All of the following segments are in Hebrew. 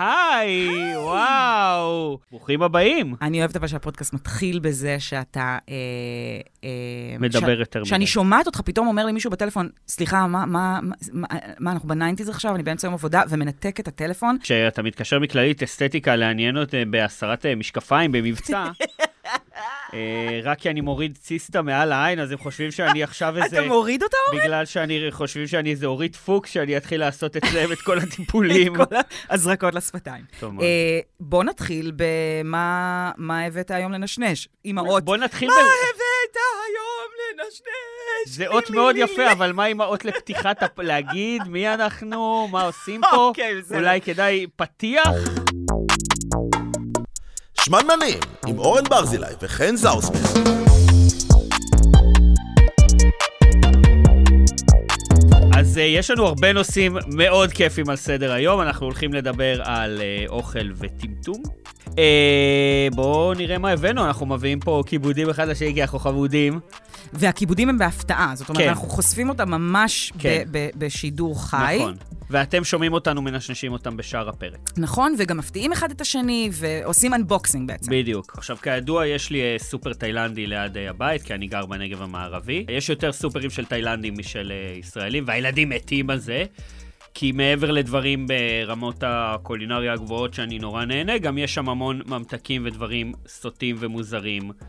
היי, וואו. ברוכים הבאים. אני אוהבת אבל שהפודקאסט מתחיל בזה שאתה... אה, אה, מדבר יותר מדי. שאני שומעת אותך, פתאום אומר לי מישהו בטלפון, סליחה, מה, מה, מה, מה אנחנו בניינטיז עכשיו, אני באמצע יום עבודה, ומנתק את הטלפון. כשאתה מתקשר מכללית אסתטיקה לעניינות אה, בהסרת אה, משקפיים במבצע, אה, רק כי אני מוריד ציסטה מעל העין, אז הם חושבים שאני עכשיו איזה... אתה מוריד אותה? בגלל שאני, חושבים שאני איזה אורית פוקס, שאני אתחיל לעשות אצלם את כל הטיפולים. את כל הזרקות לשפתיים. טוב מאוד. אה, בוא נתחיל במה מה הבאת היום לנשנש. אמהות, בוא נתחיל מה ב... הבאת היום לנשנש? זה אות מי, מאוד מי, מי, יפה, אבל מה עם האות לפתיחת, הפ- להגיד מי אנחנו, מה עושים פה? אוקיי, בסדר. אולי כדאי פתיח? שמנמנים, עם אורן ברזילי וחן זאוסמן. אז uh, יש לנו הרבה נושאים מאוד כיפים על סדר היום, אנחנו הולכים לדבר על uh, אוכל וטמטום. Uh, בואו נראה מה הבאנו, אנחנו מביאים פה כיבודים אחד לשני, כי אנחנו חמודים. והכיבודים הם בהפתעה, זאת אומרת, כן. אנחנו חושפים אותם ממש כן. ב- ב- בשידור חי. נכון. ואתם שומעים אותנו מנשנשים אותם בשאר הפרק. נכון, וגם מפתיעים אחד את השני, ועושים אנבוקסינג בעצם. בדיוק. עכשיו, כידוע, יש לי אה, סופר תאילנדי ליד אה, הבית, כי אני גר בנגב המערבי. יש יותר סופרים של תאילנדים משל אה, ישראלים, והילדים מתים על זה. כי מעבר לדברים ברמות הקולינריה הגבוהות שאני נורא נהנה, גם יש שם המון ממתקים ודברים סוטים ומוזרים. אז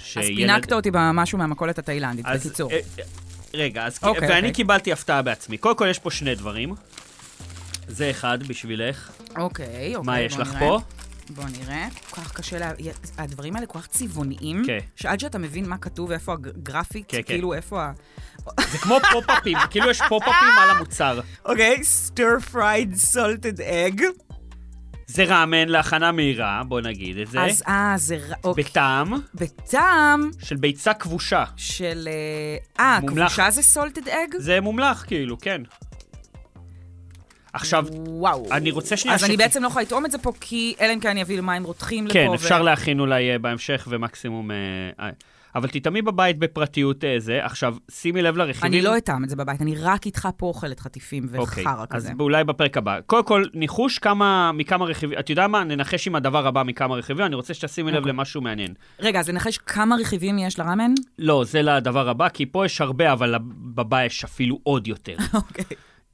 שילד- פינקת אותי במשהו מהמכולת התאילנדית, אז, בקיצור. אה, אה, רגע, אז... אוקיי, ואני אוקיי. קיבלתי הפתעה בעצמי. קודם כל, יש פה שני דברים. זה אחד בשבילך. אוקיי, אוקיי, מה בוא יש לך נראה. פה? בוא נראה. כל כך קשה, לה... י- הדברים האלה כל כך צבעוניים, כן. שעד שאתה מבין מה כתוב ואיפה הגרפית, כן, כן. כאילו איפה ה... זה כמו פופ-אפים, כאילו יש פופ-אפים על המוצר. אוקיי, stir fried salted egg. זה ראמן להכנה מהירה, בוא נגיד את זה. אז אה, זה... ר- אוקיי. בטעם בטעם של ביצה כבושה. של... אה, אה, מומלח. כבושה זה salted egg? זה מומלח, כאילו, כן. עכשיו, וואו. אני רוצה שנייה אז שת- אני בעצם לא יכולה לטעום את זה פה, כי אלא אם כן אני אביא מים רותחים לפה. כן, ו- אפשר להכין אולי אה, בהמשך ומקסימום... אה, אה, אבל תטעמי בבית בפרטיות אה, זה. עכשיו, שימי לב לרכיבים. אני לא אטעם את זה בבית, אני רק איתך פה אוכלת חטיפים וחרא אוקיי, אז כזה. אולי בפרק הבא. קודם כל, ניחוש כמה, מכמה רכיבים, אתה יודע מה? ננחש עם הדבר הבא מכמה רכיבים, אני רוצה שתשימי אוקיי. לב למשהו מעניין. רגע, אז לנחש כמה רכיבים יש לראמן? לא, זה לדבר הבא, כי פה יש הרבה, אבל בבא יש אפילו עוד יותר. אוקיי.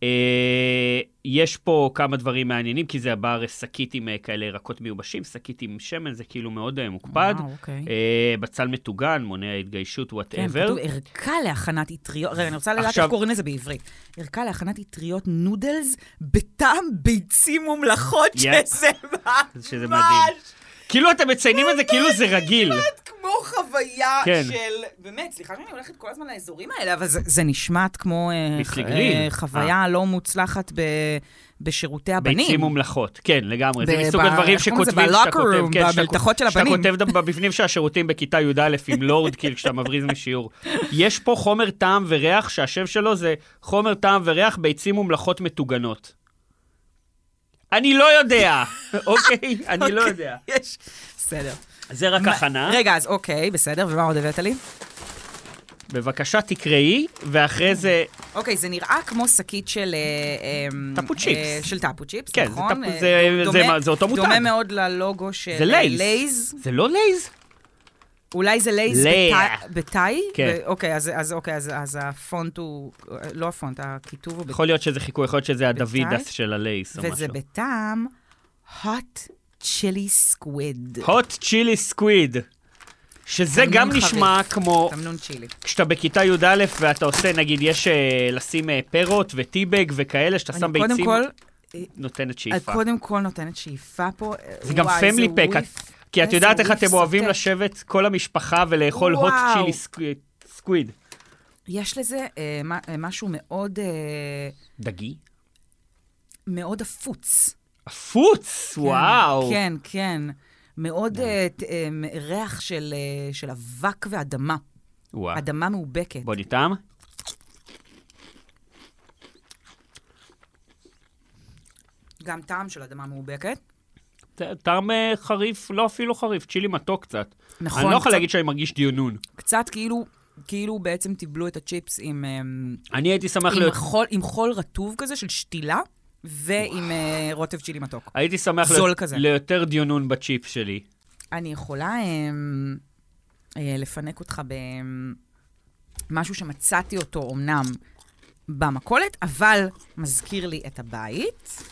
אה, יש פה כמה דברים מעניינים, כי זה הבא הרי שקית עם אה, כאלה ירקות מיובשים, שקית עם שמן, זה כאילו מאוד אה, מוקפד. וואו, אוקיי. אה, בצל מטוגן, מונע התגיישות, כן, וואטאבר. כתוב ערכה להכנת אטריות, רגע, אני רוצה לדעת עכשיו- איך קוראים לזה בעברית. ערכה להכנת אטריות נודלס בטעם ביצים ומלחות, יפ. שזה שזה מדהים. ממש כאילו אתם מציינים את זה כאילו זה רגיל. כמו חוויה כן. של... באמת, סליחה שאני הולכת כל הזמן לאזורים האלה, אבל זה- זה נשמעת כמו אה, ביסלי ח- גריל. אה, חוויה לא מוצלחת ב- בשירותי הבנים. ביצים ומלחות, כן, לגמרי. זה ב- מסוג ב- הדברים איך קוראים לזה? שכותבים, שאתה ב-locker כותב, room, כן, שאתה- במלתחות של שאתה הבנים. כותב דם- בפנים של השירותים בכיתה י"א עם לורד, כאילו כשאתה מבריז משיעור. יש פה חומר טעם וריח, שהשם שלו זה חומר טעם וריח, ביצים ומלחות מטוגנות. אני לא יודע, אוקיי? אני לא יודע. יש, בסדר. זה רק הכנה. רגע, אז אוקיי, בסדר, ומה עוד הבאת לי? בבקשה תקראי, ואחרי זה, אוקיי, זה נראה כמו שקית של... אה, אמ, טפו צ'יפס. אה, של טאפו צ'יפס, כן, זה נכון? טפו- אה, זה- דומה- זה מה- זה אותו מותג. דומה מאוד ללוגו של זה לייז. אה, לייז. זה לא לייז? אולי זה לייז לייז. בטאי- בתאי? כן. ב- אוקיי, אז- אז אוקיי, אז- אז הפונט הוא... לא הפונט, הכיתוב הוא... בת- יכול להיות שזה חיקוי, יכול להיות שזה הדוידס בצד? של הלייס או וזה משהו. בטעם hot chili squid. hot chili squid, שזה תמנון גם חריף. נשמע כמו תמנון צ'ילי. כשאתה בכיתה י"א ואתה עושה, נגיד, יש אה, לשים אה, פירות וטיבג וכאלה, שאתה שם אני קודם ביצים, כל, נותנת אני שאיפה. קודם כל נותנת שאיפה פה. אה, זה גם וואי, פמילי זה פק, וויף. את- כי את איזה יודעת איך וויף אתם אוהבים סוטה. לשבת כל המשפחה ולאכול הוט וואו. צ'ילי סקו- סקוויד. יש לזה אה, מה- אה, משהו מאוד... אה, דגי? מאוד עפוץ. עפוץ, וואו. כן, כן. מאוד אה, ת- אה, מ- ריח של אה, של אבק ואדמה. וואו. אדמה מאובקת. בוא נטעם. גם טעם של אדמה מאובקת. ט- טעם אה, חריף, לא אפילו חריף, צ'ילי מתוק קצת. נכון, אני לא יכול קצת- להגיד שאני מרגיש דיונון. קצת כאילו, כאילו בעצם טיבלו את הצ'יפס עם, אה, אני הייתי שמח עם, להיות... חול, עם חול רטוב כזה של שתילה, ועם אה, רוטב צ'ילי מתוק. הייתי שמח זול להיות- כזה. ליותר דיונון בצ'יפ שלי. אני יכולה אמ, אה, לפנק אותך במשהו שמצאתי אותו אמנם במכולת, אבל מזכיר לי את הבית.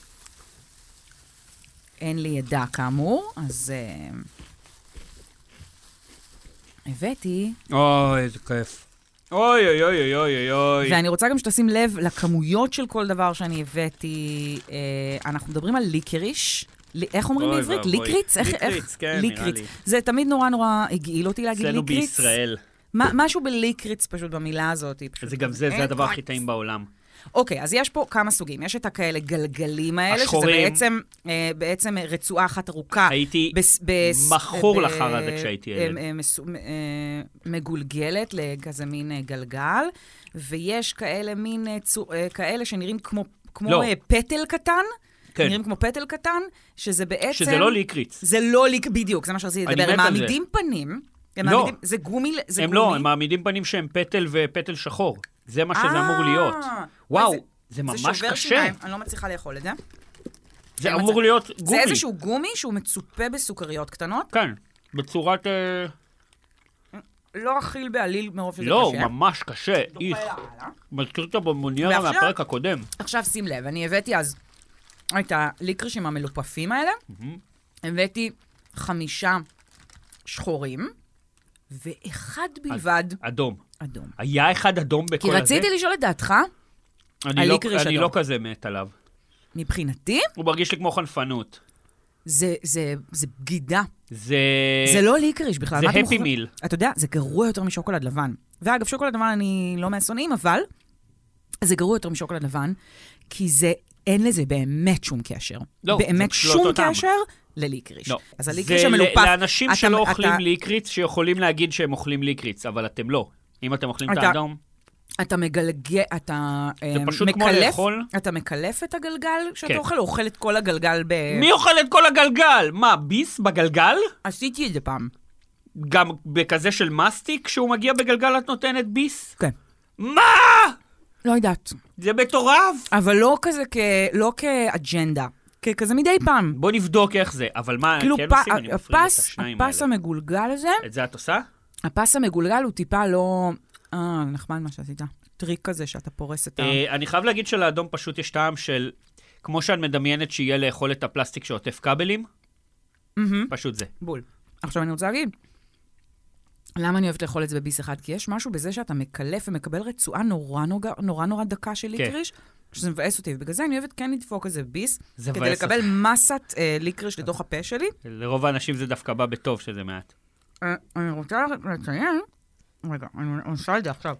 אין לי עדה כאמור, אז אמ, הבאתי, אוי, איזה כיף. אוי, אוי, אוי, אוי, אוי, אוי. ואני רוצה גם שתשים לב לכמויות של כל דבר שאני הבאתי. אה, אנחנו מדברים על ליקריש. ל- איך אומרים אוי בעברית? ואבוי. ליקריץ? איך- איך- ליקריץ, כן, נראה ליקריץ. לי. זה תמיד נורא נורא הגעיל אותי להגיד אצלנו ליקריץ. בישראל. מה- משהו בליקריץ פשוט במילה הזאת. היא פשוט- זה גם זה, זה אין הדבר הכי קריץ. טעים בעולם. אוקיי, אז יש פה כמה סוגים. יש את הכאלה גלגלים האלה, שזה השחורים. בעצם, אה, בעצם רצועה אחת ארוכה. הייתי בס- בס- מכור ב- לחרא הזה כשהייתי ילד. אה, אה, מסו- אה, מגולגלת לכזה מין אה, גלגל, ויש כאלה מין, אה, צו- אה, כאלה שנראים כמו... כמו לא. אה, פטל קטן, כן. נראים כמו פטל קטן, שזה בעצם... שזה לא ליקריץ. זה לא ליק, בדיוק, זה מה שרציתי אני לדבר. הם מת על זה. מעמידים פנים, הם לא. מעמידים, זה גומי, זה הם גומי. לא, הם מעמידים פנים שהם פטל ופטל שחור. זה מה שזה אה, אמור להיות. אוי, וואו, זה- זה ממש זה שובר קשה. שיניים, אני לא מצליחה לאכול את זה. זה אין אמור מצב. להיות גומי. זה איזשהו גומי שהוא מצופה בסוכריות קטנות, כן, בצורת... אה, לא אכיל בעליל מרוב שזה לא, קשה. ממש קשה. דוחה איך. לאללה. מזכיר את הבונבוניירה ועכשיו? מהפרק הקודם. עכשיו שים לב, אני הבאתי אז את הליקרישים המלופפים האלה, הבאתי חמישה שחורים, ואחד בלבד אדום. אדום. היה אחד אדום בכל כי הזה? רציתי לשאול את דעתך, אני לא- הליקריש אני אדום. לא כזה מת עליו. מבחינתי, הוא מרגיש לי כמו חנפנות. זה- זה זה בגידה. זה... זה לא ליקריש בכלל. זה מה אתה Happy מוכר? Meal. אתה יודע, זה גרוע יותר משוקולד לבן. ואגב, שוקולד לבן אני לא מהשונאים, אבל זה גרוע יותר משוקולד לבן, כי זה, אין לזה באמת שום קשר. לא, זה באמת פשוט לא שום אותו טעם. קשר לליקריש. לא. אז הליקריש זה המלופף... ל- לאנשים אתה- שלא אתה- אוכלים ליקריץ, שיכולים להגיד שהם אוכלים ליקריץ, אבל אתם לא. אם אתם אוכלים את אתה- האדום, אתה מגלגל, אתה אה, פשוט כמו מקלף- לאכול- אתה מקלף את הגלגל שאתה כן. אוכל, או אוכל את כל הגלגל ב... מי אוכל את כל הגלגל? מה, ביס בגלגל? עשיתי את זה פעם. גם בכזה של מסטיק, כשהוא מגיע בגלגל את נותנת ביס? כן. מה? לא יודעת. זה מטורף! אבל לא כזה כ... לא כאג'נדה. ככזה מדי פעם. בוא נבדוק איך זה, אבל מה, כאילו, כן פ- עושים? אני מפריד את הפס, השניים הפס האלה. המגולגל הזה, את זה את עושה? הפס המגולגל הוא טיפה לא... אה, נחמד מה שעשית. טריק כזה שאתה פורס את ה... אה, אני חייב להגיד שלאדום פשוט יש טעם של, כמו שאת מדמיינת שיהיה לאכול את הפלסטיק שעוטף כבלים, מהמם. פשוט זה. בול. עכשיו אני רוצה להגיד, למה אני אוהבת לאכול את זה בביס אחד? כי יש משהו בזה שאתה מקלף ומקבל רצועה נורא נורא, נורא, נורא דקה של כן. ליקריש, שזה מבאס אותי, ובגלל זה אני אוהבת כן לדפוק איזה ביס, זה כדי מבאס לקבל מסת אה, ליקריש לתוך הפה שלי. לרוב האנשים זה דווקא בא בטוב שזה מעט. אה, אני רוצה לציין, רגע, אני עושה את זה עכשיו.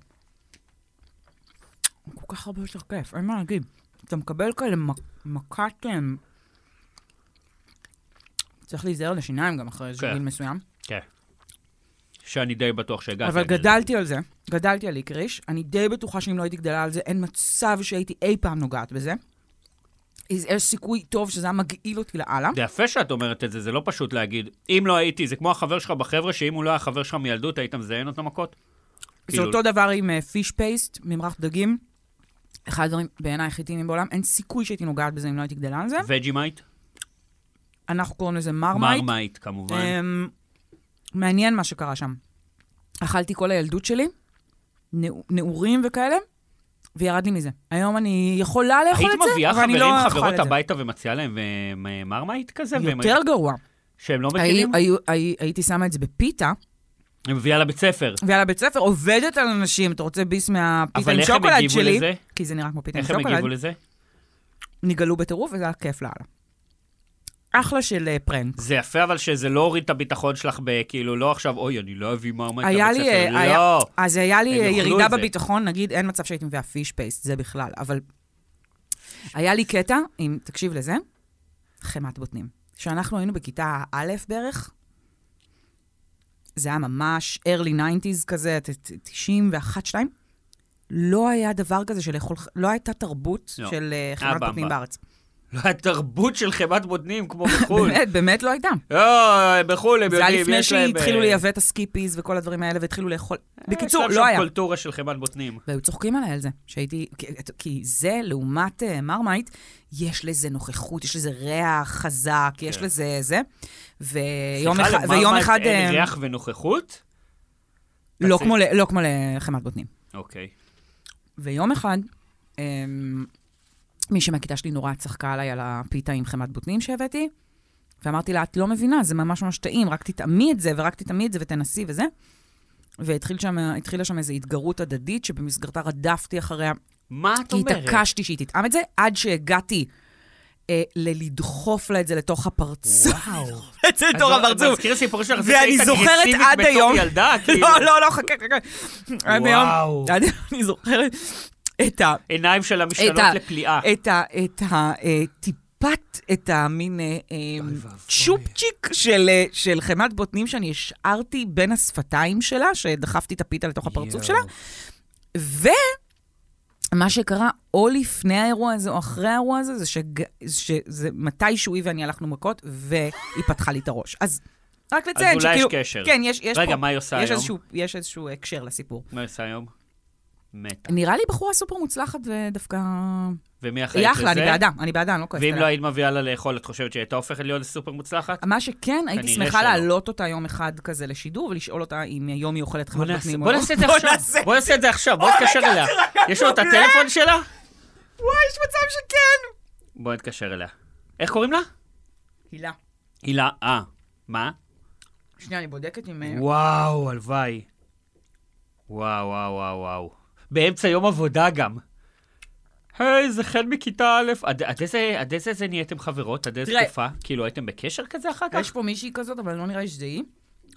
הוא כל כך הרבה יותר כיף, אין מה להגיד. אתה מקבל כאלה מק- מכת... אמ, צריך להיזהר לשיניים גם אחרי איזה כן. גיל מסוים. כן. שאני די בטוח שהגעתי. אבל לזה. גדלתי על זה, גדלתי על איקריש. אני די בטוחה שאם לא הייתי גדלה על זה, אין מצב שהייתי אי פעם נוגעת בזה. יש יש סיכוי טוב שזה היה מגעיל אותי לאללה. זה יפה שאת אומרת את זה, זה לא פשוט להגיד. אם לא הייתי, זה כמו החבר שלך בחבר'ה, שאם הוא לא היה חבר שלך מילדות, היית מזיין אותו מכות? כן. כאילו- זה אותו דבר עם פיש פייסט, ממרח דגים. אחד הדברים בעיניי הכי טעימים בעולם, אין סיכוי שהייתי נוגעת בזה אם לא הייתי גדלה על זה. וג'ימייט? אנחנו קוראים לזה מרמייט. מרמייט, כמובן. אמ, מעניין מה שקרה שם. אכלתי כל הילדות שלי, נעו- נעורים וכאלה, וירד לי מזה. היום אני יכולה לאכול היית את זה, מביאה אבל אני חברים, לא אוכל חברות את זה. הביתה ומציעה להם אה, מ- מרמייט כזה? והם- יותר גרוע. שהם לא הי- מכירים? היו- הי- הייתי שמה את זה בפיתה, היא מביאה לבית ספר. ועל הבית ספר עובדת על אנשים, אתה רוצה ביס מהפיתה אבל עם איך הם שוקולד הגיבו שלי? לזה? כי זה נראה כמו פיתה עם איך הם שוקולד. הגיבו לזה? נגאלו בטירוף, וזה היה כיף לאללה. אחלה של אה, פרנק. זה יפה, אבל שזה לא הוריד את הביטחון שלך, בכאילו, לא עכשיו, אוי, אני לא אביא מרמייט היה לבית לי, אה, ספר. היה, לא! אז היה לי הם אה, יאכלו ירידה את זה. בביטחון, נגיד, אין מצב שהייתי מביאה פיש פייסט, זה בכלל, אבל... היה לי קטע, אם תקשיב לזה, חמת בוטנים. כשאנחנו היינו בכיתה א' בערך, זה היה ממש early 90's כזה, ת- ת- 91, 2, לא היה דבר כזה של לאכול, ח- לא הייתה תרבות לא. של אה, היה חמת בוטנים במבה. בארץ. לא, התרבות של חמת בוטנים כמו בחו"ל. באמת, באמת לא הייתה. לא, בחו"ל הם יודעים, יש להם... זה היה לפני שהתחילו אה, לייבא את הסקיפיז וכל הדברים האלה, והתחילו לאכול... בקיצור, יש להם לא שם היה. קולטורה של חמת בוטנים. והיו צוחקים עליי על זה, שהייתי... כי- כי זה, לעומת אה, מרמייט, יש לזה נוכחות, יש לזה ריח חזק, יש כן. לזה זה. ויום סליחה, אחד... ויום למרמרת אחד... אין אה, ריח ונוכחות? לא תעשי. כמו ל- לא כמו לחמת בוטנים. אוקיי. ויום אחד, אמ, מישהי מהכיתה שלי נורא צחקה עליי על הפיתה עם חמת בוטנים שהבאתי, ואמרתי לה, את לא מבינה, זה ממש ממש טעים, רק תטעמי את זה, ורק תטעמי את זה ותנסי וזה. והתחילה שם, התחילה שם איזו התגרות הדדית, שבמסגרתה רדפתי אחריה, מה את כי אומרת? התעקשתי שהיא תטעם את זה, עד שהגעתי אה, ללדחוף לה את זה לתוך הפרצוף. וואו. לא- את זה לתוך אני הפרצוף. מזכיר סיפור שלך, זה ואני שהיית זוכרת אגרסיבית עד בתור היום. ילדה, כאילו. לא, לא, לא, חכה, חכה. עד היום, וואו. עד היום אני זוכרת את ה... עיניים שלה משתנות את ה- אה. לפליאה. את ה... את ה... אה, טיפת, את המין אה, אה, ואבוי. צ'ופצ'יק של, אה, של חמת בוטנים שאני השארתי בין השפתיים שלה, שדחפתי את הפיתה לתוך הפרצוף שלה. ומה שקרה או לפני האירוע הזה או אחרי האירוע הזה, זה שג... שזה מתישהו היא ואני הלכנו מכות, והיא פתחה לי את הראש. אז רק לציין אולי יש שכאילו... קשר. כן, יש, יש רגע, פה... מה היא עושה יש היום? איזשהו, יש איזשהו הקשר לסיפור. מה היא עושה היום? מתה. נראה לי בחורה סופר מוצלחת ודווקא... ומי אחראית היא לזה? אחלה, אה, אני בעדה, אני בעדה, אני לא כועסת ואם עליה. לא היית מביאה לה לאכול, את חושבת שהיא הייתה הופכת להיות סופר מוצלחת? מה שכן, הייתי כנראה שלא. שמחה להעלות אותה יום אחד כזה לשידור ולשאול אותה אם היום היא אוכלת בוא חמת נעשה- בוטנים או בוא לא. נעשה את זה עכשיו. בוא נעשה את זה עכשיו, בוא נתקשר אליה. יש לו את הטלפון שלה? וואי, יש מצב שכן! בוא נתקשר אליה. איך קוראים לה? הילה, הילה, אה. מה? שנייה, אני בודקת אם... אה, וואו, הלוואי. וואו, וואו, וואו, וואו. באמצע יום עבודה גם. היי, זה חן מכיתה א', עד- עד איזה- עד איזה זה נהייתם חברות? עד איזה תראה- תקופה? כאילו, הייתם בקשר כזה אחר יש כך? פה מישהי כזאת, אבל לא נראה לי שזה היא.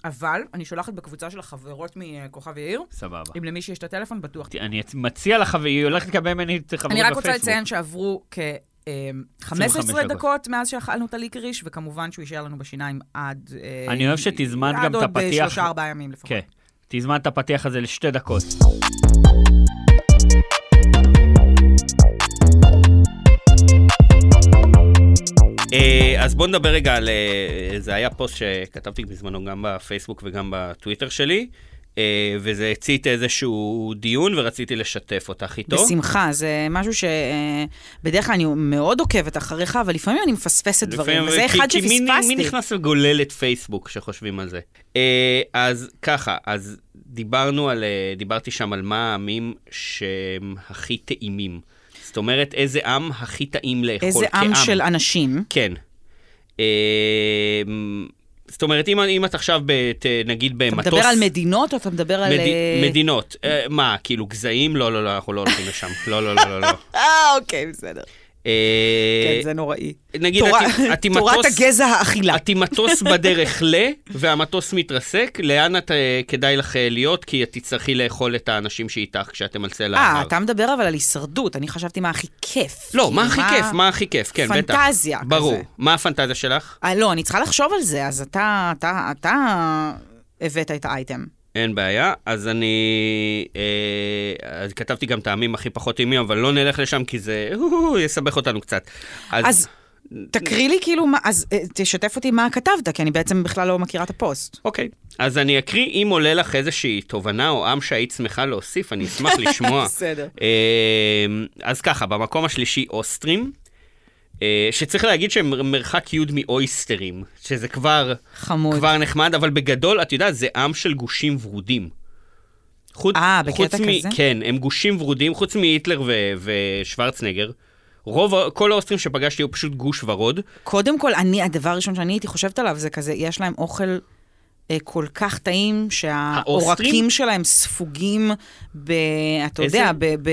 אבל אני שולחת בקבוצה של החברות מכוכב יאיר, סבבה. אם למישהו יש את הטלפון, בטוח. אני מציע לך, והיא הולכת לקבל ממני את חברות אני בפייסבוק. רק רוצה לציין שעברו כ-15 25 דקות מאז שאכלנו את הליקריש, וכמובן שהוא יישאר לנו בשיניים עד... אה, אני אוהב שתזמן גם את עד עוד הפתיח. אה, שלושה, ארבעה ימים לפחות. כן. תזמן את הפתיח הזה לשתי דקות. אה, אז בואו נדבר רגע על... אה, זה היה פוסט שכתבתי בזמנו גם בפייסבוק וגם בטוויטר שלי, אה, וזה הצית איזשהו דיון ורציתי לשתף אותך איתו. בשמחה, זה משהו שבדרך כלל אני מאוד עוקבת אחריך, אבל לפעמים אני מפספסת דברים, לפעמים- וזה כי- אחד כי מי- שפספסתי. מי נכנס לגוללת פייסבוק שחושבים על זה? אה, אז ככה, אז דיברנו על, אה, דיברתי שם על מה העמים שהם הכי טעימים. זאת אומרת, איזה עם הכי טעים לאכול איזה כעם. עם של אנשים. כן. אה, זאת אומרת, אם, אם את עכשיו, בת, אה, נגיד אתה במטוס... מדבר על מדינות, או אתה מדבר על... מדי- אה, מדינות. אה, מה, כאילו גזעים? לא, לא, לא, אנחנו לא הולכים לשם. לא, לא, לא, לא, לא. אה, אוקיי, בסדר. אה, כן, זה נוראי. נגיד, תורה- את- את עם תורת מטוס- הגזע האכילה. את עם מטוס בדרך ל, והמטוס מתרסק, לאן את אה, כדאי לך אה, להיות? כי את תצטרכי לאכול את האנשים שאיתך כשאתם על סלע אה, ההר. אתה מדבר אבל על הישרדות, אני חשבתי מה הכי כיף. לא, כאילו, מה הכי כיף? מה הכי כיף? כן, בטח. פנטזיה כזה. ברור. מה הפנטזיה שלך? אה, לא, אני צריכה לחשוב על זה, אז אתה, אתה, אתה הבאת את האייטם. אין בעיה, אז אני... אה, אז כתבתי גם טעמים הכי פחות טעימים, אבל לא נלך לשם כי זה... הו-הו, יסבך אותנו קצת. אז תקריא לי כאילו, מה- אז אה, תשתף אותי מה כתבת, כי אני בעצם בכלל לא מכירה את הפוסט. אוקיי. אז אני אקריא, אם עולה לך איזושהי תובנה או עם שהיית שמחה להוסיף, אני אשמח לשמוע. בסדר. אמ, אז ככה, במקום השלישי אוסטרים, אה, שצריך להגיד שהם מרחק י' מאויסטרים, שזה כבר, חמוד. כבר נחמד, אבל בגדול, את יודעת, זה עם של גושים ורודים. חוץ- אה, בקטע חוץ מ- כזה? כן, הם גושים ורודים, חוץ מהיטלר ו- ושוורצנגר. רוב, ה- כל האוסטרים שפגשתי היו פשוט גוש ורוד. קודם כל, אני, הדבר הראשון שאני הייתי חושבת עליו זה כזה, יש להם אוכל אה, כל כך טעים, שהעורקים האוסטרים? שלהם ספוגים ב... אתה איזה- יודע, ב... ב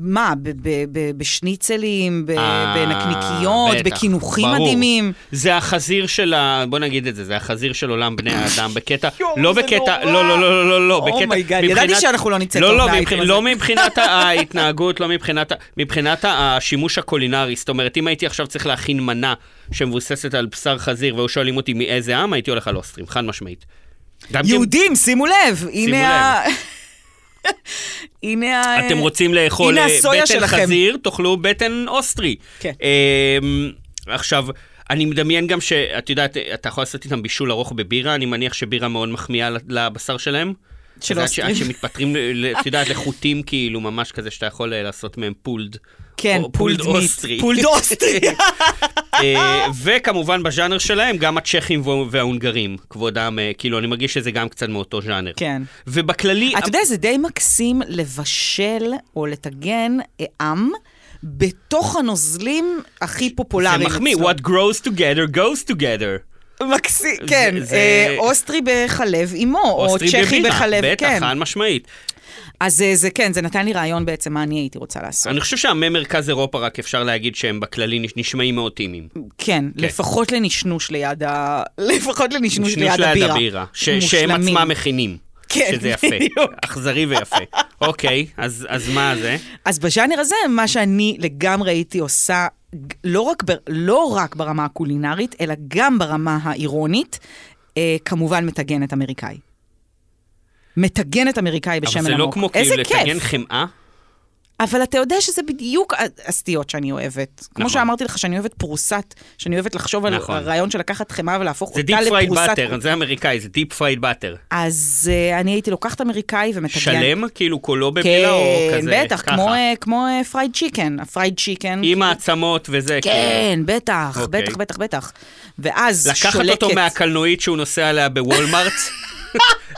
מה, ב- ב- ב- בשניצלים, ב- אה, בנקניקיות, בטח, בקינוחים ברור. מדהימים. זה החזיר של ה... בוא נגיד את זה, זה החזיר של עולם בני האדם בקטע... יואו, לא זה בקטע... נורא. לא, לא, לא, לא, לא, בקטע... אומייגאד, ידעתי מבחינת- שאנחנו לא נצא טוב לא, לא, מהאייטם מבח- הזה. לא מבחינת ההתנהגות, לא מבחינת... ה- מבחינת השימוש הקולינרי. זאת אומרת, אם הייתי עכשיו צריך להכין מנה שמבוססת על בשר חזיר, והיו שואלים אותי מאיזה עם, הייתי הולך על אוסטרים, חד משמעית. גם כי- יהודים, שימו לב, הנה כאילו- לב. ה... הנה ה... אתם רוצים לאכול הנה אה, הסויה בטן שלכם. חזיר, תאכלו בטן אוסטרי. כן. אה, עכשיו, אני מדמיין גם שאת יודעת, אתה יכול לעשות איתם בישול ארוך בבירה, אני מניח שבירה מאוד מחמיאה לבשר שלהם. של אז עד אוסטרים. ש- עד שמתפטרים, ל- ל- את יודעת, לחוטים כאילו, ממש כזה שאתה יכול אה, לעשות מהם פולד. כן, או פולד מיט. אוסטרי. פולד אוסטרי. אה, וכמובן בז'אנר שלהם, גם הצ'כים וה- וההונגרים, כבודם, אה, כאילו, אני מרגיש שזה גם קצת מאותו ז'אנר. כן. ובכללי, אה, אתה יודע, זה די מקסים לבשל או לטגן אה, עם בתוך הנוזלים הכי פופולריים. זה מחמיא, אצלו. what grows together goes together. מקסים, כן. זה- אה, זה- אוסטרי בחלב אימו, או אוסטרים צ'כי בבירה, בחלב, כן. בטח, חד משמעית. אז אה, זה כן, זה נתן לי רעיון בעצם מה אני הייתי רוצה לעשות. אני חושב שעמי מרכז אירופה, רק אפשר להגיד שהם בכללי נש- נשמעים מאוד טימיים. כן, לפחות לנשנוש ליד ה... לפחות לנשנוש נשנוש ליד הבירה. ש- שהם מושלמים. עצמם מכינים. כן, שזה יפה. בדיוק. אכזרי ויפה. אוקיי, אז אז מה זה? אז בז'אנר הזה, מה שאני לגמרי הייתי עושה, לא רק, בר, לא רק ברמה הקולינרית, אלא גם ברמה האירונית, אה, כמובן מטגנת אמריקאי. מטגנת אמריקאי בשמן אבל עמוק. זה לא כמו איזה כאילו לטגן כיף. חמאה? אבל אתה יודע שזה בדיוק ה- הסטיות שאני אוהבת. נכון. כמו נכון. שאמרתי לך, שאני אוהבת פרוסת, שאני אוהבת לחשוב על נכון. הרעיון של לקחת חמאה ולהפוך זה אותה דיפ פרייד לפרוסת... באטר, זה אמריקאי, זה דיפ פרייד באטר. אז uh, אני הייתי לוקחת אמריקאי ומטגנת. שלם, כאילו כולו במילה או כן, כזה? בטח, ככה? כמו, אה, כמו אה, פרייד צ'יקן, הפרייד צ'יקן. עם העצמות וזה, כאילו. כן, בטח, אוקיי. בטח, בטח, בטח. ואז כן. לקחת שולקת. אותו מהקלנועית שהוא נוסע עליה בוולמארט,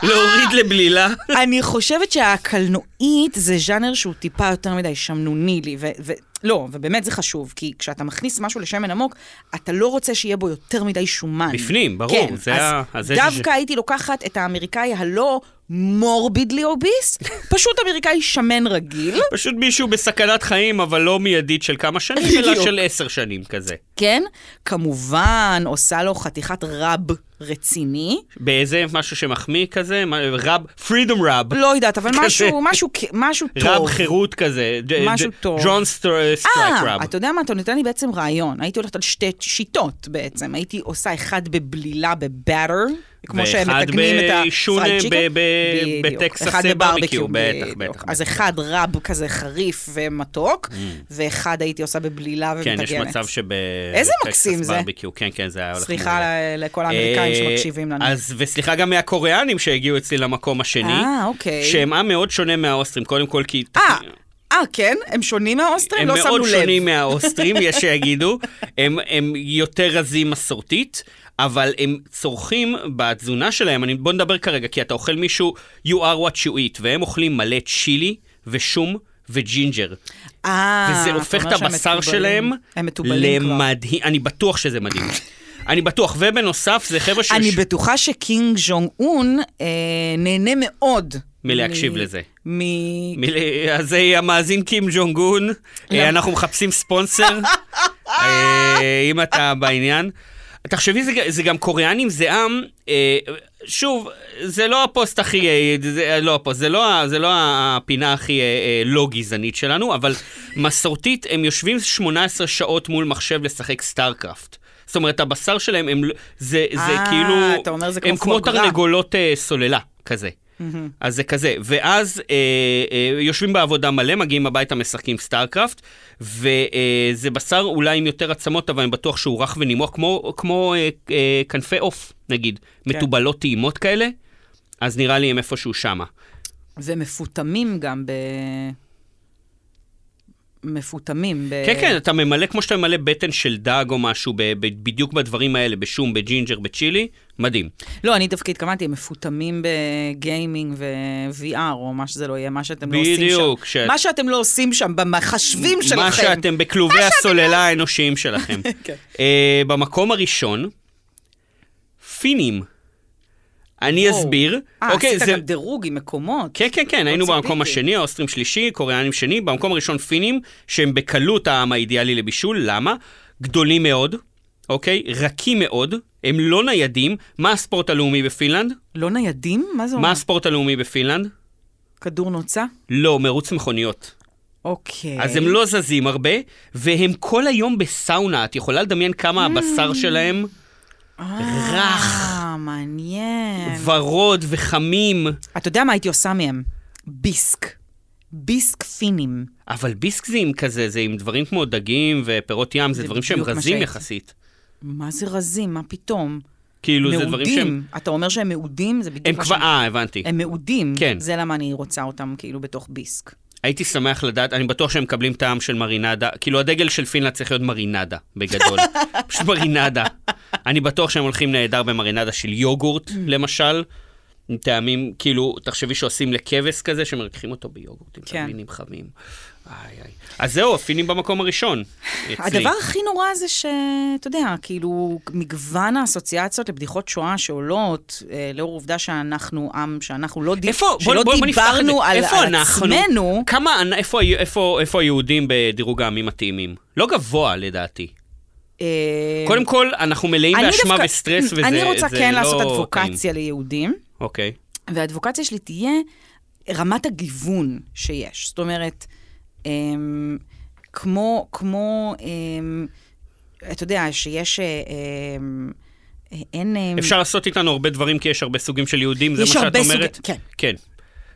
להוריד לבלילה. אני חושבת שהקלנועית זה ז'אנר שהוא טיפה יותר מדי שמנוני לי, ו... ו... לא, ובאמת זה חשוב, כי כשאתה מכניס משהו לשמן עמוק, אתה לא רוצה שיהיה בו יותר מדי שומן. בפנים, ברור, כן, זה אז ה- אז זה דווקא הייתי לוקחת את האמריקאי הלא מורבידלי אוביס, פשוט אמריקאי שמן רגיל, פשוט מישהו בסכנת חיים, אבל לא מיידית של כמה שנים, אלא בדיוק. של עשר שנים כזה. כן? כמובן, עושה לו חתיכת רב רציני, באיזה משהו שמחמיא כזה, מה- רב, פרידום רב. לא יודעת, אבל כזה. משהו, משהו, כ- משהו לא טוב. רב חירות כזה. ד- משהו ד- טוב. ג'ון סטר- סטרייק רב. אה, אתה יודע מה? אתה נותן לי בעצם רעיון. הייתי הולכת על שתי שיטות בעצם. הייתי עושה אחד בבלילה בבאטר, כמו שהם ואחד מתקנים את בעישון, הפרייד ב- צ'יקן. ב- בדיוק. בטקסס אחד ברביקיו, בברבקיו, בטח, בדיוק. בטח, אז בטח. Mm. אחד רב כזה חריף ומתוק, ואחד הייתי עושה בבלילה כן, ומטגנת. יש מצב שב... איזה טקסס מקסים זה. ברביקיו, כן, כן, זה היה הולך... סליחה מעולה. ל- לכל האמריקאים אה, שמקשיבים לנו. אז, וסליחה גם מהקוריאנים שהגיעו אצלי למקום השני. אה, אוקיי. שהם עם מאוד שונה מהאוסטרים, קודם כל כי... אה, אה, כן? הם שונים מהאוסטרים? הם לא שמנו מאוד לב. שונים מהאוסטרים, יש שיגידו. הם, הם יותר רזים מסורתית, אבל הם צורכים בתזונה שלהם, אני, בוא נדבר כרגע, כי אתה אוכל מישהו, you are what you eat, והם אוכלים מלא צ'ילי ושום וג'ינג'ר. אה, וזה אתה הופך אומר את שהם הבשר מתובלים. שלהם הם מתובלים כבר. למדהים. אני בטוח שזה מדהים. אני בטוח, ובנוסף זה חבר'ה ש... אני בטוחה שקינג ז'ונג און אה, נהנה מאוד. מלהקשיב מ- לזה. מ... מיל- אז אה, המאזין קים ג'ונג און, לא. אה, אנחנו מחפשים ספונסר, אה, אם אתה בעניין. תחשבי, זה ג- זה גם קוריאנים, זה עם, אה, שוב, זה לא הפוסט הכי, אה, זה לא הפוסט, זה לא ה- זה לא הפינה הכי אה, אה, לא גזענית שלנו, אבל מסורתית, הם יושבים 18 שעות מול מחשב לשחק סטארקראפט. זאת אומרת, הבשר שלהם, הם, לא- זה, זה אה, כאילו, אתה אומר זה כמו הם כמו פואגרה. תרנגולות אה, סוללה, כזה. אז זה כזה, ואז אה, אה, יושבים בעבודה מלא, מגיעים הביתה, משחקים סטארקראפט, וזה בשר אולי עם יותר עצמות, אבל אני בטוח שהוא רך ונימוח, כמו, כמו אה, אה, כנפי עוף, נגיד, כן. מתובלות טעימות כאלה, אז נראה לי הם איפשהו שמה. ומפותמים גם ב... מפותמים ב... כן, כן, אתה ממלא כמו שאתה ממלא בטן של דג או משהו, ב- ב- בדיוק בדברים האלה, בשום, בג'ינג'ר, בצ'ילי, מדהים. לא, אני דווקא התכוונתי, הם מפותמים בגיימינג ו-VR, או מה שזה לא יהיה, מה שאתם לא עושים שם. בדיוק, ש- מה שאתם לא עושים שם, במחשבים שלכם. לא מה שאתם בכלובי הסוללה האנושיים שלכם. כן. אה, במקום הראשון, פינים. אני וואו. אסביר. אה, אוקיי, עשית זה- גם דירוג עם מקומות. כן, כן, כן, היינו ציפיתי. במקום השני, האוסטרים שלישי, קוריאנים שני, במקום הראשון פינים, שהם בקלות העם האידיאלי לבישול, למה? גדולים מאוד, אוקיי? רכים מאוד, הם לא ניידים. מה הספורט הלאומי בפינלנד? לא ניידים? מה זה אומר? מה הספורט הלאומי בפינלנד? כדור נוצה? לא, מרוץ מכוניות. אוקיי. אז הם לא זזים הרבה, והם כל היום בסאונה. את יכולה לדמיין כמה הבשר שלהם רך, Mm. אה, מעניין. ורוד וחמים. אתה יודע מה הייתי עושה מהם? ביסק. ביסק פינים. אבל ביסק זה עם כזה, זה עם דברים כמו דגים ופירות ים, זה זה דברים שהם בדיוק מה רזים שהייתי. יחסית. מה זה רזים? מה פתאום? כאילו, זה דברים שהם... מעודים. אתה אומר שהם מעודים? זה בדיוק הם מה כבר... ש- אה, הבנתי. הם מעודים. כן. זה למה אני רוצה אותם כאילו בתוך ביסק. הייתי שמח לדעת, אני בטוח שהם מקבלים טעם של מרינדה. כאילו, הדגל של פינלנד צריך להיות מרינדה, בגדול. פשוט מרינדה. אני בטוח שהם הולכים נהדר במרינדה של יוגורט, Mm. למשל. עם טעמים, כאילו, תחשבי שעושים לכבש כזה, שמרככים אותו ביוגורט, עם כן. טעמינים חמים. איי, איי. אז זהו, הפינים במקום הראשון. אצלי. הדבר הכי נורא זה שאתה יודע, כאילו, מגוון האסוציאציות לבדיחות שואה שעולות, אה, לאור העובדה שאנחנו עם, שאנחנו לא, דיב- איפה, בוא, שלא בוא, בוא נפתח את זה. דיברנו על, איפה על אנחנו? עצמנו. כמה, אנ- איפה, היו- איפה, איפה היהודים בדירוג העמים הטעימים? לא גבוה, לדעתי. אה, קודם כל, אנחנו מלאים אני באשמה דווקא- וסטרס, וזה אני רוצה זה כן לא לעשות טעים. אדבוקציה ליהודים. אוקיי. והאדבוקציה שלי תהיה רמת הגיוון שיש. זאת אומרת, אמ, כמו, כמו, אמ, אתה יודע, שיש, אה, אמ, אה, אין... אמ, אפשר לעשות איתנו הרבה דברים, כי יש הרבה סוגים של יהודים, זה מה יש שאת הרבה סוגי- אומרת? כן. כן.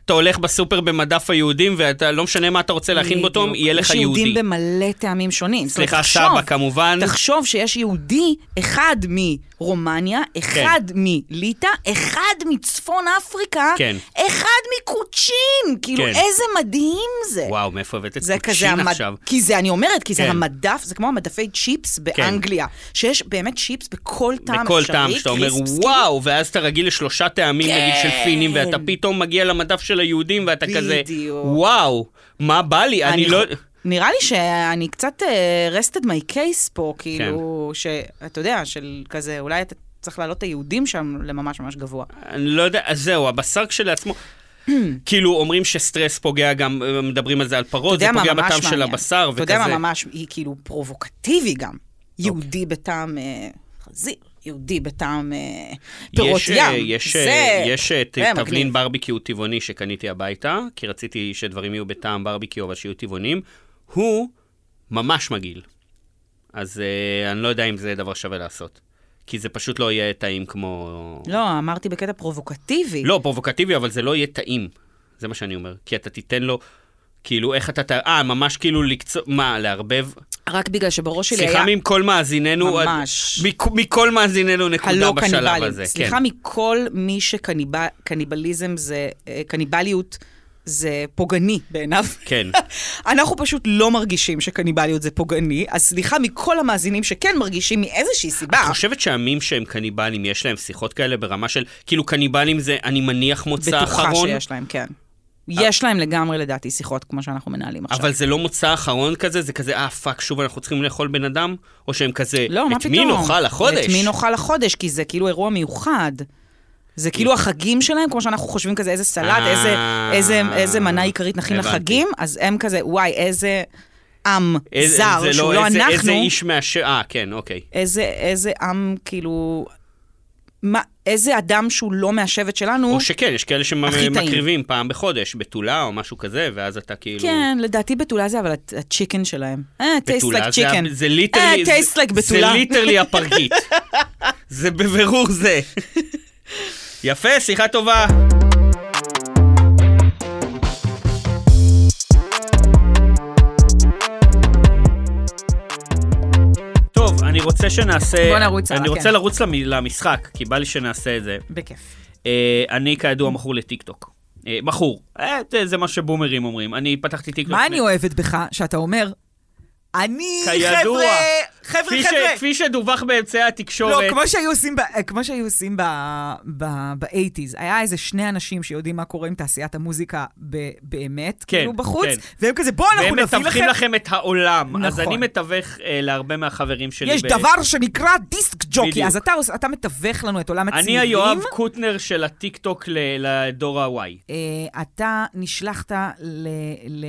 אתה הולך בסופר במדף היהודים, ואתה, לא משנה מה אתה רוצה להכין באותו, בדיוק. יהיה לך אה, יש יהודים יהודי. במלא טעמים שונים. זאת אומרת, סליחה, תחשוב- סבא כמובן. תחשוב שיש יהודי אחד מרומניה, כן. אחד מליטא, אחד מצפון אפריקה, כן. אחד מקוצ'ין. כאילו, כן. איזה מדהים זה. וואו, מאיפה הבאת את זה כזה, קוצ'ין המד... עכשיו? כי זה, אני אומרת, כי כן. זה המדף, זה כמו המדפי צ'יפס באנגליה, שיש באמת צ'יפס בכל טעם בכל אפשרי. טעם שאתה אומר, קריספס, וואו, ואז אתה רגיל לשלושה טעמים, נגיד, של פינים, כן. ואתה פתאום מגיע למדף של היהודים, ואתה כזה, בדיוק. וואו, מה בא לי? אני לא... חו- נראה לי שאני קצת אה, rested my case פה, כן. כאילו, שאתה יודע, של כזה, אולי אתה צריך להעלות את היהודים שם לממש ממש גבוה. אני לא יודע, אז זהו, הבשר כשלעצמו... כאילו, אומרים שסטרס פוגע גם, מדברים על זה על פרות, אתה זה יודע מה פוגע ממש בטעם מעניין. של הבשר וכזה. אוקיי. אתה יודע מה ממש, היא כאילו פרובוקטיבי גם. יהודי בטעם אה, חזיר, יהודי בטעם אה, פירות יש, אה, ים. יש, זה- אה, יש אה, ת- זה מגניב. תבלין ברביקיו טבעוני שקניתי הביתה, כי רציתי שדברים יהיו בטעם ברביקיו, אבל שיהיו טבעונים. הוא ממש מגעיל. אז אה, אני לא יודע אם זה דבר שווה לעשות. כי זה פשוט לא יהיה טעים כמו... לא, אמרתי בקטע פרובוקטיבי. לא, פרובוקטיבי, אבל זה לא יהיה טעים. זה מה שאני אומר. כי אתה תיתן לו, כאילו, איך אתה... ת- אה, ממש כאילו לקצור... מה, לערבב? רק בגלל שבראש שלי היה... סליחה מכל מאזיננו... ממש. מכ- מכל מאזיננו נקודה הלא בשלב קניבלים. הזה. סליחה כן. מכל מי שקניבליזם זה, אה, קניבליות זה פוגעני בעיניו. כן. אנחנו פשוט לא מרגישים שקניבליות זה פוגעני, אז סליחה מכל המאזינים שכן מרגישים מאיזושהי סיבה. את חושבת שעמים שהם קניבלים, יש להם שיחות כאלה ברמה של, כאילו קניבלים זה, אני מניח מוצא בטוחה אחרון, שיש להם, כן. יש להם לגמרי לדעתי שיחות כמו שאנחנו מנהלים עכשיו. אבל זה לא מוצא אחרון כזה, זה כזה, אה, פאק, שוב אנחנו צריכים לאכול בן אדם? או שהם כזה, לא, מה את פתאום? מי נאכל החודש? את מי נאכל החודש, כי זה כאילו אירוע מיוחד. זה כאילו החגים שלהם, כמו שאנחנו חושבים כזה, איזה סלט, אה. איזה, איזה, איזה מנה עיקרית נכין הבנתי. לחגים, אז הם כזה, וואי, איזה עם איזה- זר, זה שהוא לא איזה, אנחנו, איזה איש מאשר, אה, כן, אוקיי. איזה, איזה עם, כאילו, מה, איזה אדם שהוא לא מהשבט שלנו, או שכן, יש כאלה הכי טעים. שמקריבים פעם בחודש, בתולה או משהו כזה, ואז אתה כאילו... כן, לדעתי בתולה זה אבל הצ- הצ'יקן שלהם. אה, טייסט בתולה לייק זה ה- צ'יקן. זה ליטרלי, אה, טייסט לייק בתולה. זה ליטרלי הפרגית. זה בבירור זה. יפה, שיחה טובה. טוב, אני רוצה שנעשה... בוא נרוץ הלאה, אני רוצה כן. לרוץ למ- למשחק, כי בא לי שנעשה את זה. בכיף. אה, אני כידוע מכור לטיקטוק. אה, מכור. אה, זה- זה מה שבומרים אומרים. אני פתחתי טיקטוק. מה לפני- אני אוהבת בך, שאתה אומר, אני, כידוע. חבר'ה, חבר'ה, כפי ש- חבר'ה. כפי שדווח באמצעי לא, התקשורת. כמו שהיו עושים, ב- כמו שהיו עושים ב- ב- ב-80's, היה איזה שני אנשים שיודעים מה קורה עם תעשיית המוזיקה ב- באמת, כן, כאילו בחוץ, כן. והם כזה, בואו, אנחנו והם נביא מתווכים לכם, לכם את העולם. אז נכון. אני מתווך אה, להרבה מהחברים שלי. יש ב- דבר שנקרא דיסק ג'וקי, בדיוק. אז אתה עוש- אתה מתווך לנו את עולם הצעירים. אני היואב קוטנר של הטיקטוק ל- לדור ה-Y. אה, אתה נשלחת ל- ל-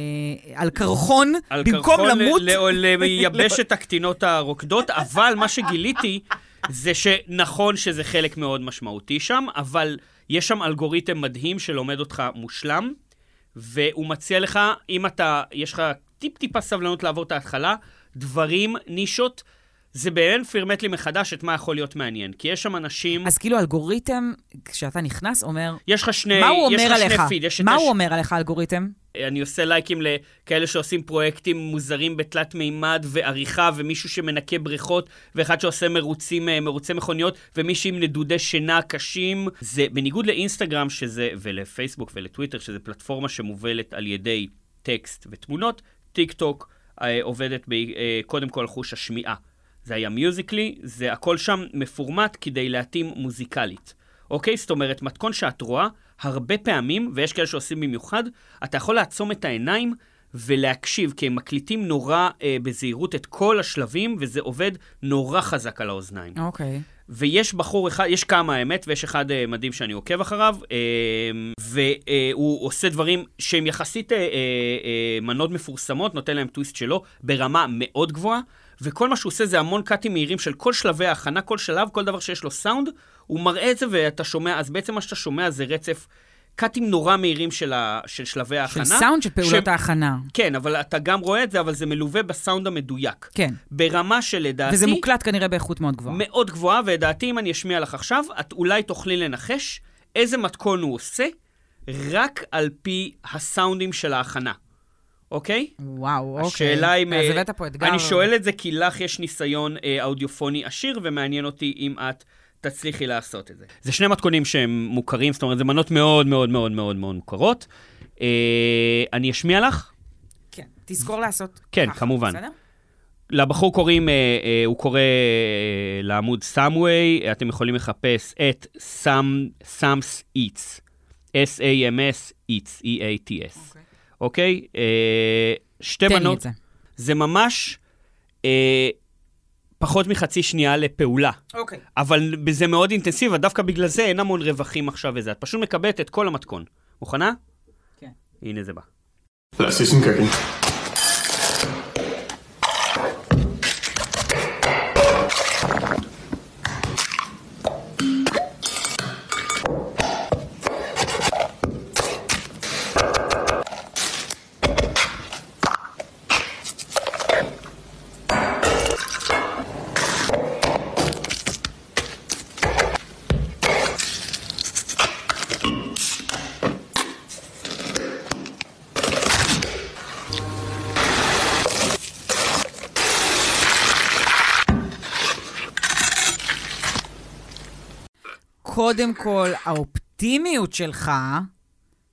על קרחון, על במקום קרחון ל- למות. ל- ליבשת הקטינות הרוקדות, אבל מה שגיליתי זה שנכון שזה חלק מאוד משמעותי שם, אבל יש שם אלגוריתם מדהים שלומד אותך מושלם, והוא מציע לך, אם אתה, יש לך טיפ-טיפה סבלנות לעבור את ההתחלה, דברים, נישות. זה באמת פירמט לי מחדש את מה יכול להיות מעניין. כי יש שם אנשים, אז כאילו אלגוריתם, כשאתה נכנס, אומר, יש לך שני, מה הוא יש אומר לך עליך? שני פיד, יש את מה הש- הוא אומר עליך, אלגוריתם? אני עושה לייקים לכאלה שעושים פרויקטים מוזרים בתלת מימד ועריכה, ומישהו שמנקה בריכות, ואחד שעושה מרוצים, אה, מרוצי מכוניות, ומישהי עם נדודי שינה קשים. זה בניגוד לאינסטגרם שזה, ולפייסבוק ולטוויטר, שזה פלטפורמה שמובלת על ידי טקסט ותמונות, טיק טוק אה, עובדת ב, אה, קודם כל על חוש השמיעה. זה היה מיוזיקלי, זה הכל שם מפורמט כדי להתאים מוזיקלית. אוקיי? זאת אומרת, מתכון שאת רואה, הרבה פעמים, ויש כאלה שעושים במיוחד, אתה יכול לעצום את העיניים ולהקשיב, כי הם מקליטים נורא אה, בזהירות את כל השלבים, וזה עובד נורא חזק על האוזניים. אוקיי. ויש בחור אחד, יש כמה האמת, ויש אחד אה, מדהים שאני עוקב אחריו, אה, והוא עושה דברים שהם יחסית אה, אה, אה, מנות מפורסמות, נותן להם טוויסט שלו, ברמה מאוד גבוהה, וכל מה שהוא עושה זה המון קאטים מהירים של כל שלבי ההכנה, כל שלב, כל דבר שיש לו סאונד, הוא מראה את זה ואתה שומע, אז בעצם מה שאתה שומע זה רצף קאטים נורא מהירים של, ה, של שלבי של ההכנה. סאונד של פעולות ש- ההכנה. כן, אבל אתה גם רואה את זה, אבל זה מלווה בסאונד המדויק. כן. ברמה שלדעתי... וזה מוקלט כנראה באיכות מאוד גבוהה. מאוד גבוהה, ולדעתי אם אני אשמיע לך עכשיו, את אולי תוכלי לנחש איזה מתכון הוא עושה, רק על פי הסאונדים של ההכנה, אוקיי? וואו, אוקיי. השאלה אם... אז אה, הבאת פה אתגר. אני שואל את זה כי לך יש ניסיון אה, אודיופוני עשיר, ומעניין אותי אם את תצליחי לעשות את זה. זה שני מתכונים שהם מוכרים, זאת אומרת, זה מנות מאוד מאוד מאוד מאוד מאוד מוכרות. אה, אני אשמיע לך? כן, תזכור לעשות כן, ככה, כמובן. בסדר? לבחור קוראים, אה, אה, הוא קורא אה, לעמוד סאמווי, אתם יכולים לחפש את סאמס איטס, S-A-M-S איטס, E E-A-T-S, אוקיי. אוקיי? אה, שתי תן לי את מנות, זה. זה ממש אה, פחות מחצי שנייה לפעולה. אוקיי. אבל זה מאוד אינטנסיבי, ודווקא בגלל זה אין המון רווחים עכשיו וזה. את פשוט מקבלת את כל המתכון. מוכנה? כן. הנה זה בא. Let's do some cooking. קודם כל, האופטימיות שלך,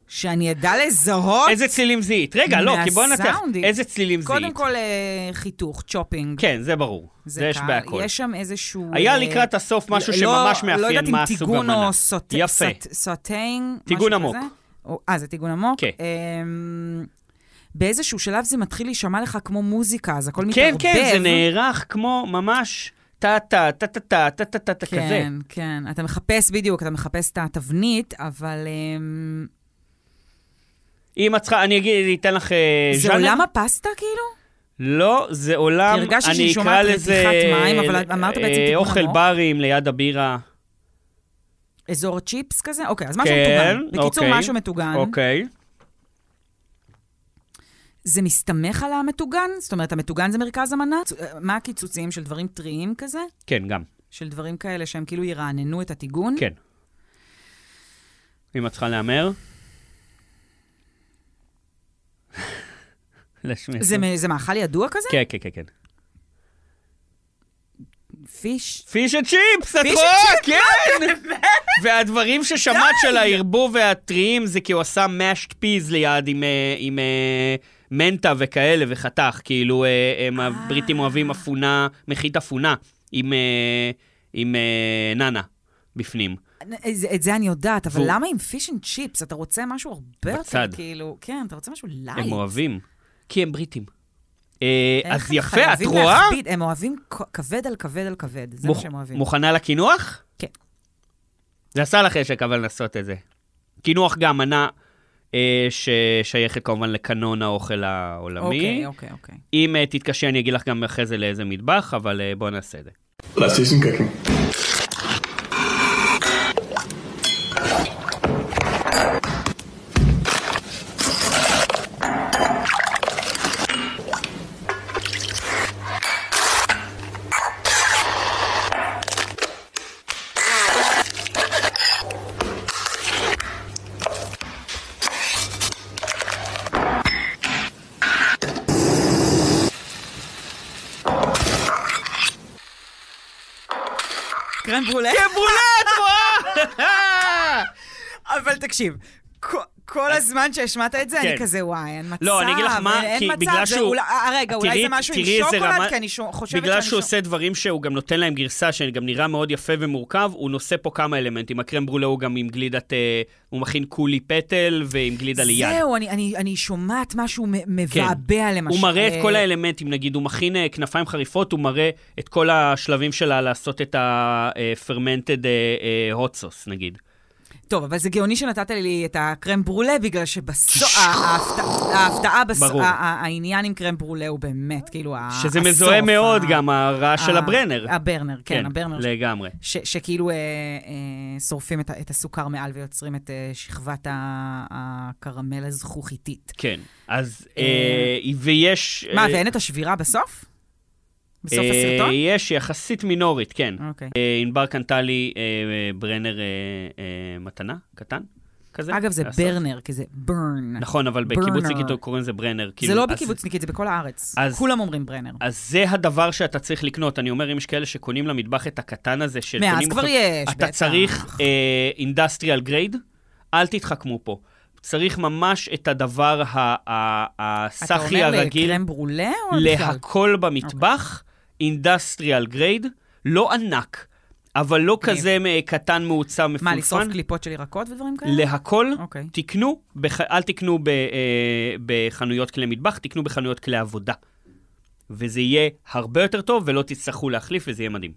שאני אדע לזהות... איזה צלילים זיהית? רגע, לא, כי בוא ננתח. מהסאונדים. איזה צלילים זיהית? קודם כל, אה, חיתוך, צ'ופינג. כן, זה ברור. זה, יש קל. בהכל. יש שם איזשהו... היה אה, לקראת הסוף משהו לא- שממש מאפיין לא יודעת מה אם הסוג טיגון המנה. או סוט... יפה. סוט- סוטיינג, טיגון משהו עמוק. כזה. או- אה, זה טיגון עמוק? כן. אמ, באיזשהו שלב זה מתחיל להישמע לך כמו מוזיקה, אז הכל כן, מתערבב. כן, זה נערך כמו ממש טה-טה, טה-טה-טה, טה-טה-טה כזה. כן, כן. אתה מחפש, בדיוק, אתה מחפש את התבנית, אבל אמ, אם את צריכה, אני אגיד, אני אתן לך אה, זה ז'אנר. עולם הפסטה, כאילו? לא, זה עולם, הרגשתי אני שהיא אקרא שומעת לזה... רתיחת מים, אבל את אמרת בעצם אה, טיפול אוכל עמוק. ברים ליד הבירה. אזור צ'יפס כזה? אוקיי, אז משהו כן, מטוגן. בקיצור, אוקיי. משהו מטוגן. אוקיי. זה מסתמך על המטוגן? זאת אומרת, המטוגן זה מרכז המנה? צ- מה הקיצוצים של דברים טריים כזה? כן, גם. של דברים כאלה שהם כאילו ירעננו את הטיגון? כן. אם את צריכה להמר? להשמיע. זה, מ- זה מאכל ידוע כזה? כן, כן, כן, כן. פיש? פיש אנד צ'יפס, את Fish and רואה? chips, כן! והדברים ששמעת של הערבוב והטריים זה כי הוא עשה מאשט פיז ליד עם, אה, עם אה, מנטה וכאלה וחתך, כאילו אה, הם הבריטים אוהבים אפונה, מחית אפונה עם, אה, עם אה, נאנה בפנים. את זה- את זה אני יודעת, אבל והוא- למה עם פיש אנד צ'יפס? אתה רוצה משהו הרבה בצד. יותר כאילו... כן, אתה רוצה משהו לייט. הם אוהבים, כי הם בריטים. אה, איך אז הם יפה, את חייבים רואה? להכביד? הם אוהבים כ- כבד על כבד על כבד, זה מה מוכ- שהם אוהבים. מוכנה לקינוח? כן. זה עשה לך חשק אבל לעשות את זה. קינוח גם מנה אה, ששייכת כמובן לקנון האוכל העולמי. אוקיי, אוקיי, אוקיי. אם אה, תתקשי אני אגיד לך גם אחרי זה לאיזה מטבח, אבל אה, בואו נעשה את זה. Let's do some cooking. קרם ברולה. אבל תקשיב, כל- כל הזמן שהשמעת את זה, אני כן. כזה, וואי, אין מצב. לא, אני אגיד לך מה, אין כי מצב, בגלל זה שהוא- אולי- אה, רגע, אולי תראי- זה משהו עם תראי איזה שוקולד, רמה- כי אני שו- חושבת בגלל שאני שהוא שוק- עושה דברים שהוא גם נותן להם גרסה, שגם נראה מאוד יפה ומורכב, הוא נושא פה כמה אלמנטים. הקרם ברולה הוא גם עם גלידת... אה, הוא מכין קולי פטל ועם גלידה ליד. זהו, אני- אני אני שומעת משהו מ- כן. מבעבע למשל. הוא מראה את כל האלמנטים, נגיד, הוא מכין אה, כנפיים חריפות, הוא מראה את כל השלבים שלה לעשות את ה-fermented אה, hot sauce, נגיד. אה, טוב, אבל זה גאוני שנתת לי את הקרם ברולה, בגלל שבסוף, ההפתעה, בס- ברור. ה- ה- העניין עם קרם ברולה הוא באמת, כאילו, ה- הסוף. שזה מזוהה מאוד ה- גם הרעש של ה- הברנר. הברנר, כן, הברנר. לגמרי. ש- שכאילו אה, אה, שורפים את, ה- את הסוכר מעל ויוצרים את אה, שכבת ה- הקרמל הזכוכיתית. כן. אז, אה, אה, ויש... מה, אה, ואין את השבירה בסוף? בסוף אה, הסרטון? יש, יחסית מינורית, כן. אוקיי. אה, ענבר קנתה לי אה, אה, ברנר אה, אה, מתנה, קטן, כזה. אגב, זה לעשות. ברנר, כי זה ברן. נכון, אבל ברנר. בקיבוצניקית קוראים לזה ברנר. זה כאילו, לא אז- בקיבוצניקית, זה בכל הארץ. אז- כולם אומרים ברנר. אז זה הדבר שאתה צריך לקנות. אני אומר, אם יש כאלה שקונים למטבח את הקטן הזה, שקונים... מאז כבר אותו- יש, אתה בטח. צריך אינדסטריאל גרייד, אל תתחכמו פה. צריך ממש את הדבר ה- ה- הסאחי אתה אומר הרגיל, לקרם אוקיי. ברולה או בכלל? להכל במטבח, אינדסטריאל גרייד, לא ענק, אבל לא מגניב. כזה אה, קטן, מעוצב, מה, לשרוף מפונפן. קליפות של ירקות ודברים כאלה? להכל, אוקיי. תקנו, בח- אל תקנו ב- אה, בחנויות כלי מטבח, תקנו בחנויות כלי עבודה. וזה יהיה הרבה יותר טוב, ולא תצטרכו להחליף, וזה יהיה מדהים.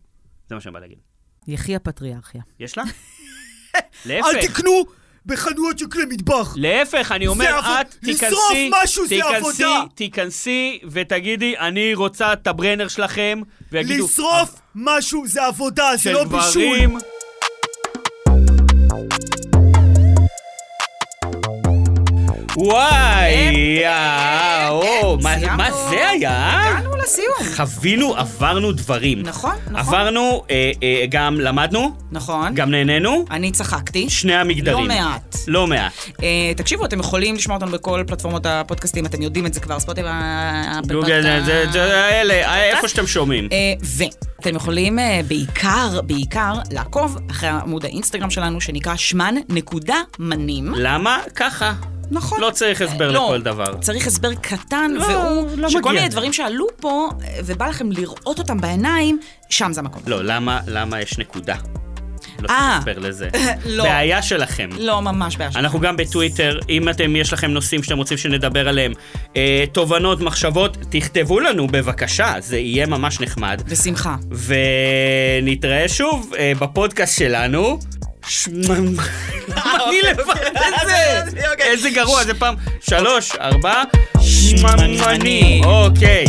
זה מה שאני בא להגיד. יחי הפטריארכיה. יש לה? להפך, תקנו בחנויות של כלי מטבח. להפך, אני אומר, עבוד- את תיכנסי, לשרוף משהו זה תיכנסי, עבודה. תיכנסי ותגידי, אני רוצה את הברנר שלכם, ויגידו, לשרוף משהו זה עבודה, זה של לא בישול. גברים. וואי, כן, יאו, מה- סיימנו. מה זה היה? אה? הגענו לסיום. חווינו, עברנו דברים. נכון, נכון. עברנו, אה, אה, גם למדנו, נכון. גם נהנינו, אני צחקתי. שני המגדרים. לא מעט. לא מעט. אה, תקשיבו, אתם יכולים לשמוע אותנו בכל פלטפורמות הפודקאסטים, אתם יודעים את זה כבר, ספוטיב... גוגל, זה- זה- זה- אלה, איפה שאתם שומעים. אה, ואתם יכולים אה, בעיקר, בעיקר, לעקוב אחרי עמוד האינסטגרם שלנו, שנקרא שמן נקודה מנים. למה? ככה. נכון. לא צריך הסבר אה, לא, לכל דבר. צריך הסבר קטן, לא, והוא, לא שכל מגיע. מיני דברים שעלו פה, אה, ובא לכם לראות אותם בעיניים, שם זה המקום. לא, למה, למה יש נקודה? לא אה. צריך לספר לזה. לא. בעיה שלכם. לא, ממש בעיה. אנחנו גם בטוויטר, אם אתם, יש לכם נושאים שאתם רוצים שנדבר עליהם, אה, תובנות, מחשבות, תכתבו לנו בבקשה, זה יהיה ממש נחמד. בשמחה. ונתראה שוב אה, בפודקאסט שלנו. שממ- למה אני לבד את זה? איזה גרוע, זה פעם שלוש, ארבע, שממני. אוקיי.